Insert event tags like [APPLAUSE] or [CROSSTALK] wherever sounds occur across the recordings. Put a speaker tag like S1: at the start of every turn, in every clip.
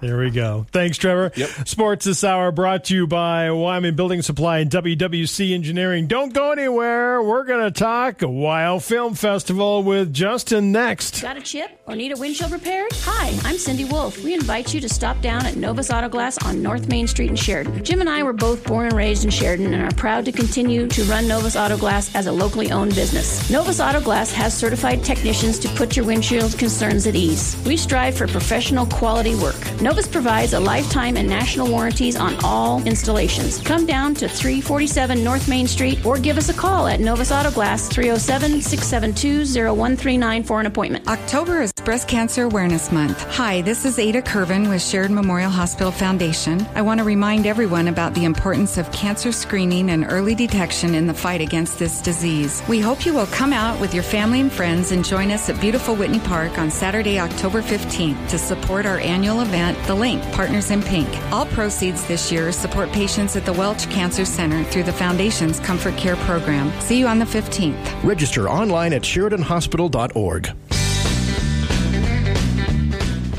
S1: There we go. Thanks, Trevor.
S2: Yep.
S1: Sports this hour brought to you by Wyman Building Supply and WWC Engineering. Don't go anywhere. We're going to talk Wild Film Festival with Justin next.
S3: Got a chip or need a windshield repaired? Hi, I'm Cindy Wolf. We invite you to stop down at Novus Auto Glass on North Main Street in Sheridan. Jim and I were both born and raised in Sheridan and are proud to continue to run Novus Auto Glass as a locally owned business. Novus Auto Glass has certified technicians to put your windshield concerns at ease. We strive for professional quality work. Novus provides a lifetime and national warranties on all installations. Come down to 347 North Main Street or give us a call at Novus Auto Glass 307 672 0139 for an appointment.
S4: October is Breast Cancer Awareness Month. Hi, this is Ada Curvin with Shared Memorial Hospital Foundation. I want to remind everyone about the importance of cancer screening and early detection in the fight against this disease. We hope you will come out with your family and friends and join us at beautiful Whitney Park on Saturday, October 15th to support our annual event, The Link Partners in Pink. All proceeds this year support patients at the Welch Cancer Center through the Foundation's Comfort Care Program. See you on the 15th.
S5: Register online at SheridanHospital.org.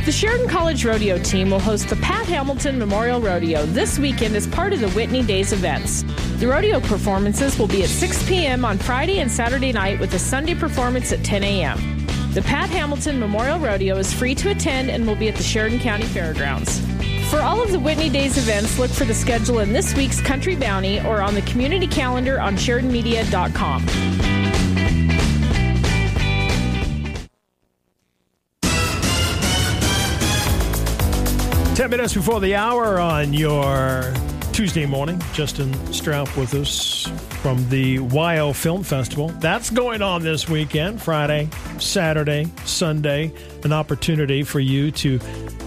S6: The Sheridan College Rodeo team will host the Pat Hamilton Memorial Rodeo this weekend as part of the Whitney Days events. The rodeo performances will be at 6 p.m. on Friday and Saturday night with a Sunday performance at 10 a.m. The Pat Hamilton Memorial Rodeo is free to attend and will be at the Sheridan County Fairgrounds. For all of the Whitney Days events, look for the schedule in this week's Country Bounty or on the community calendar on SheridanMedia.com.
S1: Ten minutes before the hour on your Tuesday morning. Justin Straub with us from the YO Film Festival. That's going on this weekend, Friday, Saturday, Sunday. An opportunity for you to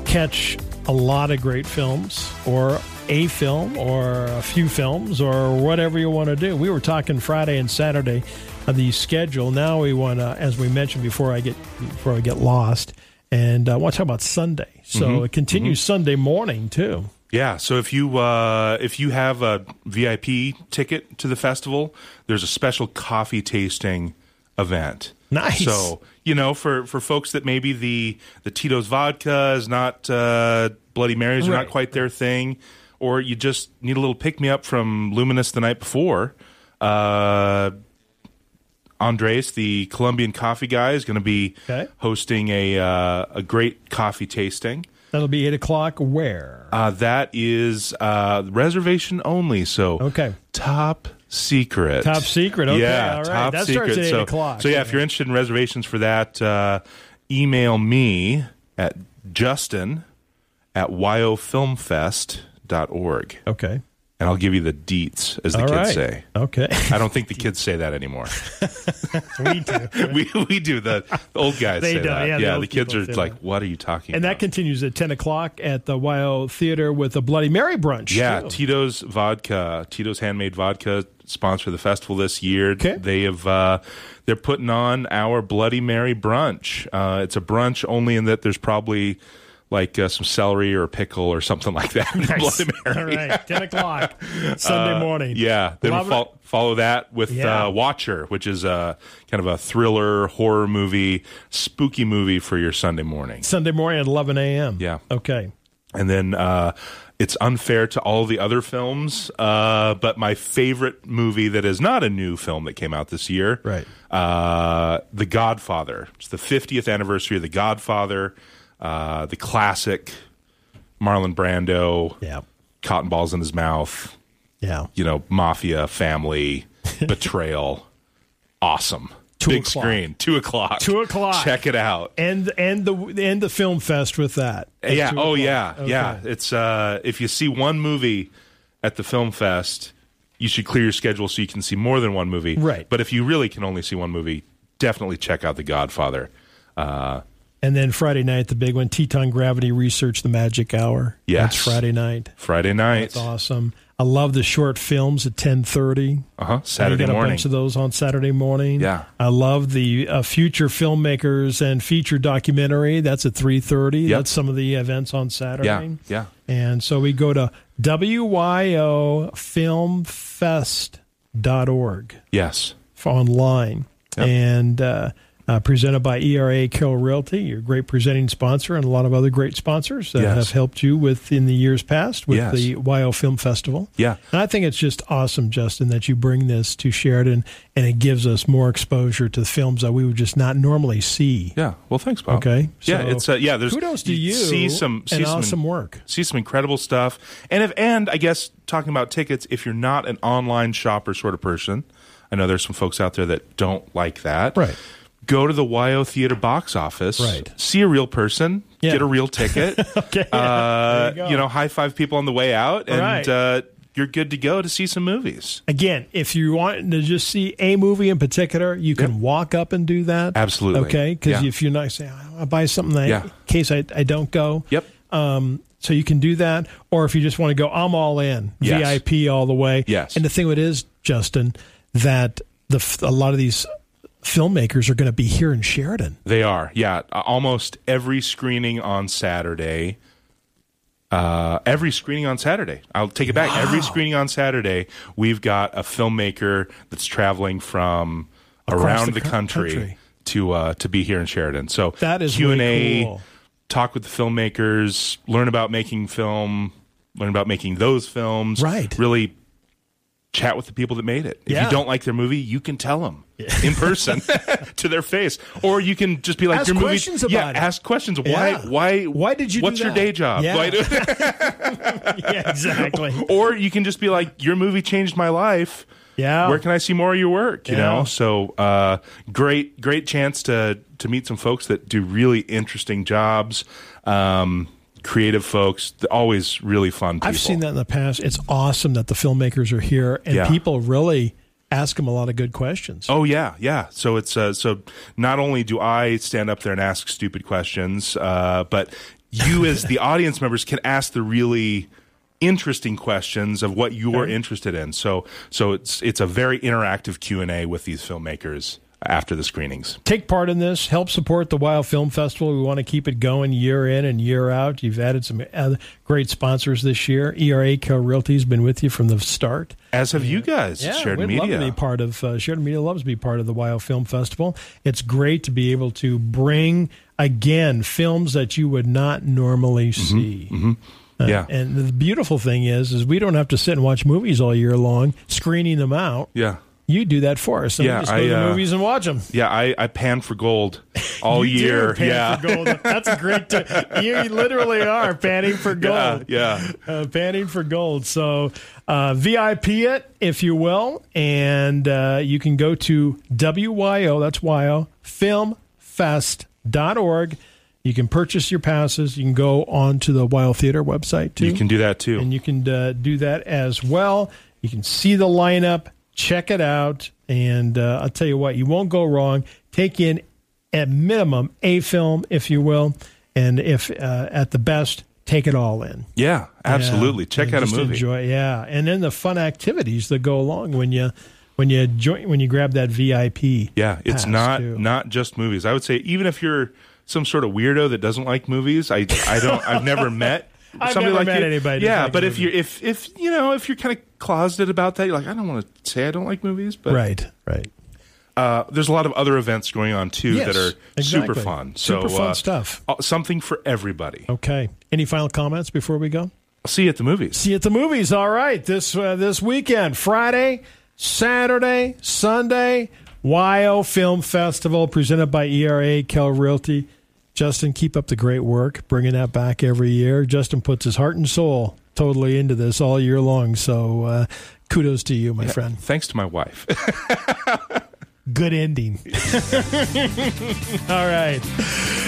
S1: catch a lot of great films or a film or a few films or whatever you want to do. We were talking Friday and Saturday of the schedule. Now we want to, as we mentioned before, I get before I get lost, and I want to talk about Sunday. So
S2: Mm-hmm.
S1: it continues Sunday morning too.
S2: Yeah, so if you uh, if you have a VIP ticket to the festival, there's a special coffee tasting event.
S1: Nice.
S2: So you know, for for folks that maybe the the Tito's vodka is not uh, Bloody Marys are
S1: Right.
S2: not quite their thing, or you just need a little pick me up from Luminous the night before. Uh, Andres, the Colombian coffee guy, is going to be
S1: Okay.
S2: hosting a uh, a great coffee tasting.
S1: That'll be eight o'clock. Where?
S2: Uh, that is uh, reservation only. So
S1: Okay.
S2: top secret.
S1: Top secret, okay,
S2: yeah,
S1: all right.
S2: top
S1: That starts
S2: secret.
S1: at eight
S2: so,
S1: o'clock,
S2: So yeah,
S1: okay.
S2: if you're interested in reservations for that, uh, email me at justin at yofilmfest.org,
S1: Okay.
S2: and I'll give you the deets, as the
S1: All
S2: kids
S1: right.
S2: say.
S1: Okay. [LAUGHS]
S2: I don't think the kids say that anymore. [LAUGHS]
S1: we do.
S2: we we do the, the old guys
S1: They
S2: say
S1: do,
S2: that.
S1: yeah, the old
S2: the kids
S1: people
S2: are
S1: say
S2: like,
S1: that.
S2: "What are you talking?"
S1: And
S2: about?
S1: that continues at 10 o'clock at the YO Theater with a Bloody Mary brunch.
S2: Yeah,
S1: too.
S2: Tito's vodka, Tito's handmade vodka, sponsor the festival this year.
S1: Okay.
S2: They have uh, they're putting on our Bloody Mary brunch. Uh, it's a brunch only in that there's probably like uh, some celery or a pickle or something like that. in the [LAUGHS] Bloody Mary. Uh,
S1: All right, 10
S2: [LAUGHS]
S1: o'clock Sunday morning.
S2: Yeah, then
S1: Love
S2: we'll fol- follow that with
S1: Yeah.
S2: uh, Watcher, which is uh, kind of a thriller horror movie, spooky movie for your Sunday morning.
S1: it. Sunday morning at 11 a.m.
S2: Yeah.
S1: Okay.
S2: and then uh, it's unfair to all the other films. Uh, but my favorite movie that is not a new film that came out this year,
S1: Right.
S2: Uh, the Godfather. It's the 50th anniversary of The Godfather, uh, the classic Marlon Brando,
S1: Yeah.
S2: cotton balls in his mouth,
S1: Yeah.
S2: you know,
S1: [LAUGHS]
S2: mafia family betrayal. Awesome.
S1: Two
S2: Big
S1: o'clock.
S2: screen, two o'clock.
S1: Two o'clock.
S2: Check it out.
S1: And and the and the film fest with that. At
S2: yeah.
S1: two
S2: Oh,
S1: o'clock.
S2: yeah.
S1: Okay.
S2: Yeah. It's uh, if you see one movie at the film fest, you should clear your schedule so you can see more than one movie.
S1: Right.
S2: But if you really can only see one movie, definitely check out The Godfather. Uh,
S1: And then Friday night, the big one, Teton Gravity Research, the Magic Hour.
S2: Yes.
S1: That's Friday night.
S2: Friday night.
S1: That's awesome. I love the short films at ten thirty.
S2: Uh huh. Saturday
S1: I got a
S2: morning.
S1: bunch of those on Saturday morning.
S2: Yeah.
S1: I love the uh, future filmmakers and feature documentary. That's at three thirty.
S2: Yep.
S1: That's some of the events on Saturday.
S2: yeah. Yeah.
S1: And so we go to wyofilmfest.org
S2: Yes.
S1: for online,
S2: Yep.
S1: and uh, uh, presented by ERA Kell Realty, your great presenting sponsor, and a lot of other great sponsors that
S2: Yes.
S1: have helped you with in the years past with
S2: Yes.
S1: the YO Film Festival.
S2: Yeah.
S1: and I think it's just awesome, Justin, that you bring this to Sheridan, and it gives us more exposure to the films that we would just not normally see.
S2: Yeah. Well, thanks, Bob.
S1: Okay,
S2: Yeah.
S1: so
S2: it's uh, yeah. There's
S1: kudos to you
S2: See some see
S1: and
S2: some
S1: awesome work.
S2: See some incredible stuff. And if and I guess talking about tickets, if you're not an online shopper sort of person, I know there's some folks out there that don't like that.
S1: Right.
S2: Go to the YO Theater box office.
S1: Right.
S2: See a real person.
S1: Yeah.
S2: Get a real
S1: [LAUGHS]
S2: ticket.
S1: Okay,
S2: Uh,
S1: There you
S2: you,
S1: go.
S2: know, high five people on the way out, and
S1: Right.
S2: uh, you're good to go to see some movies.
S1: Again, if you want to just see a movie in particular, you can walk up and do that.
S2: Absolutely.
S1: Okay. Because
S2: Yeah.
S1: if you're not saying, I buy something that,
S2: Yeah.
S1: in case I, I don't go.
S2: Yep.
S1: Um, so you can do that. Or if you just want to go, I'm all in,
S2: Yes.
S1: VIP all the way.
S2: Yes.
S1: And the thing with it is, Justin, that the f- a lot of these filmmakers are going to be here in Sheridan.
S2: They are, yeah. A- Almost every screening on Saturday. Uh, every screening on Saturday. I'll take it back. Every screening on Saturday, we've got a filmmaker that's traveling from
S1: Across
S2: around
S1: the
S2: the,
S1: co-
S2: country,
S1: country.
S2: to uh, to be here in Sheridan. So
S1: That is
S2: Q and
S1: really
S2: A,
S1: cool.
S2: talk with the filmmakers, learn about making film, learn about making those films.
S1: Right.
S2: Really chat with the people that made it. If
S1: Yeah.
S2: you don't like their movie, you can tell them in
S1: [LAUGHS]
S2: person to their face, or you can just be like
S1: Ask
S2: your movie.
S1: questions
S2: yeah,
S1: about it.
S2: ask questions.
S1: Yeah.
S2: Why? Why?
S1: Why did you do
S2: What's your
S1: that?
S2: day job?
S1: Yeah.
S2: Why do- [LAUGHS]
S1: yeah, exactly.
S2: or you can just be like, your movie changed my life.
S1: Yeah.
S2: Where can I see more of your work? You
S1: Yeah.
S2: know. So uh, great, great chance to to meet some folks that do really interesting jobs. Um, creative folks, th- always really fun. People.
S1: I've seen that in the past. It's awesome that the filmmakers are here and
S2: Yeah.
S1: people really ask them a lot of good questions.
S2: Oh yeah, yeah. So it's uh, so not only do I stand up there and ask stupid questions, uh, but
S1: [LAUGHS]
S2: you as the audience members can ask the really interesting questions of what you are interested in. So so it's it's a very interactive Q and A with these filmmakers after the screenings.
S1: take part in this. Help support the Wild Film Festival. We want to keep it going year in and year out. You've added some other great sponsors this year. E ERA Co Realty has been with you from the start.
S2: As have you guys, at shared
S1: we'd
S2: media.
S1: love to be part of uh, Shared Media. Loves to be part of the Wild Film Festival. It's great to be able to bring again films that you would not normally
S2: Mm-hmm,
S1: see. Uh,
S2: Yeah.
S1: and the beautiful thing is, is we don't have to sit and watch movies all year long, screening them out.
S2: yeah.
S1: You do that for us. So
S2: Yeah,
S1: we just go
S2: I,
S1: to the
S2: uh,
S1: movies and watch them.
S2: Yeah, I, I pan
S1: [LAUGHS]
S2: for gold all
S1: You do
S2: year.
S1: pan
S2: yeah.
S1: for gold. That's a great. T- you literally are panning for
S2: [LAUGHS] yeah.
S1: gold.
S2: Yeah.
S1: Uh, panning for gold. So uh, VIP it, if you will, and uh, you can go to WYO. That's YO filmfest.org. You can purchase your passes. You can go onto the YO Theater website too
S2: You can do that too.
S1: and you can uh, do that as well. You can see the lineup, check it out, and uh, I'll tell you what, you won't go wrong. Take in at minimum a film, if you will, and if uh, at the best, take it all in.
S2: yeah, absolutely.
S1: Yeah,
S2: Check
S1: and
S2: out a
S1: just
S2: movie.
S1: Enjoy, yeah, and then the fun activities that go along when you when you join when you grab that VIP.
S2: Yeah, it's
S1: pass,
S2: not
S1: too.
S2: not just movies. I would say even if you're some sort of weirdo that doesn't like movies, I I don't I've never met
S1: [LAUGHS] I've
S2: somebody
S1: never
S2: like
S1: met
S2: you.
S1: anybody that
S2: Yeah,
S1: likes
S2: but
S1: movies.
S2: if you're if if you know if you're kind of closeted about that, you're like I don't want to say I don't like movies, but
S1: right, right.
S2: uh, there's a lot of other events going on too
S1: Yes,
S2: that are
S1: exactly.
S2: super fun. So
S1: Super fun
S2: uh,
S1: stuff.
S2: uh, Something for everybody.
S1: Okay. Any final comments before we go?
S2: I'll see you at the movies.
S1: See you at the movies. All right, this uh, this weekend, Friday, Saturday, Sunday, YO Film Festival presented by ERA Cal Realty. Justin, keep up the great work, bringing that back every year. Justin puts his heart and soul totally into this all year long. So uh, kudos to you, my friend.
S2: Thanks to my wife. [LAUGHS]
S1: Good ending. all right,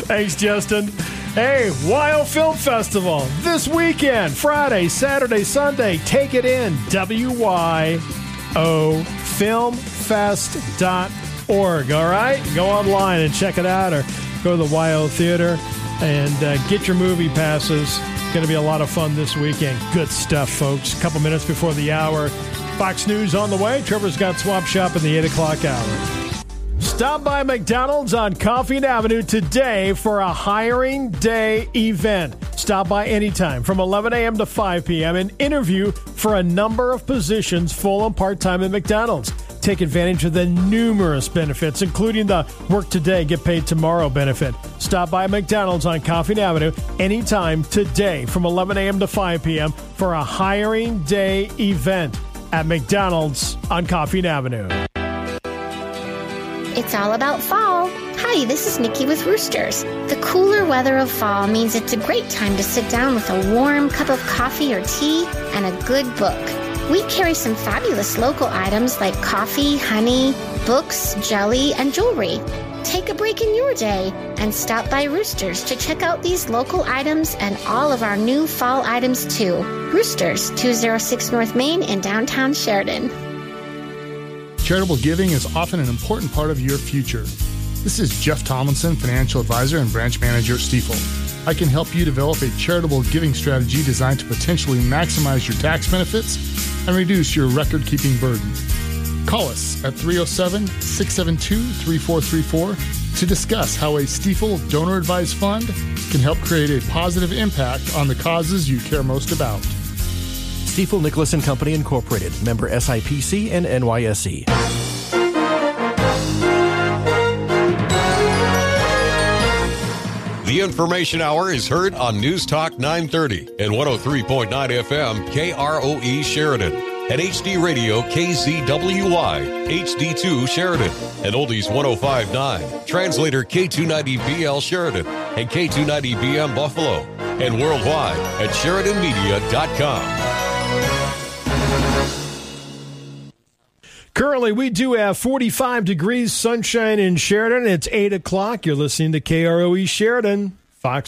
S1: thanks, Justin. Hey, YO Film Festival this weekend, Friday, Saturday, Sunday. Take it in. WYOFilmFest.org. All right? Go online and check it out or go to the YO Theater and uh, get your movie passes. Going to be a lot of fun this weekend. Good stuff, folks. A couple minutes before the hour. Fox News on the way. Trevor's got Swamp Shop in the 8 o'clock hour. Stop by McDonald's on Coffee Avenue today for a hiring day event. Stop by anytime from 11 a.m. to 5 p.m. and interview for a number of positions, full and part time at McDonald's. take advantage of the numerous benefits, including the work today, get paid tomorrow benefit. Stop by McDonald's on Coffin Avenue anytime today from 11 a.m. to 5 p.m. for a hiring day event at McDonald's on Coffin Avenue.
S7: It's all about fall. Hi, this is Nikki with Roosters. The cooler weather of fall means it's a great time to sit down with a warm cup of coffee or tea and a good book. We carry some fabulous local items like coffee, honey, books, jelly, and jewelry. Take a break in your day and stop by Roosters to check out these local items and all of our new fall items too. Roosters, 206 North Main in downtown Sheridan.
S8: Charitable giving is often an important part of your future. This is Jeff Tomlinson, financial advisor and branch manager at Stiefel. I can help you develop a charitable giving strategy designed to potentially maximize your tax benefits and reduce your record keeping burden. Call us at 307 672 3434 to discuss how a Stiefel donor advised fund can help create a positive impact on the causes you care most about.
S5: Stiefel Nicholas and Company Incorporated, member SIPC and NYSE.
S9: The Information Hour is heard on News Talk 930 and 103.9 FM KROE E Sheridan. And HD Radio KZWY, HD2 Sheridan, and Oldies 1059, Translator K290BL Sheridan, and K290BM Buffalo, and worldwide at SheridanMedia.com.
S1: Currently, we do have 45 degrees sunshine in E Sheridan. It's 8 o'clock. You're listening to KROE Sheridan.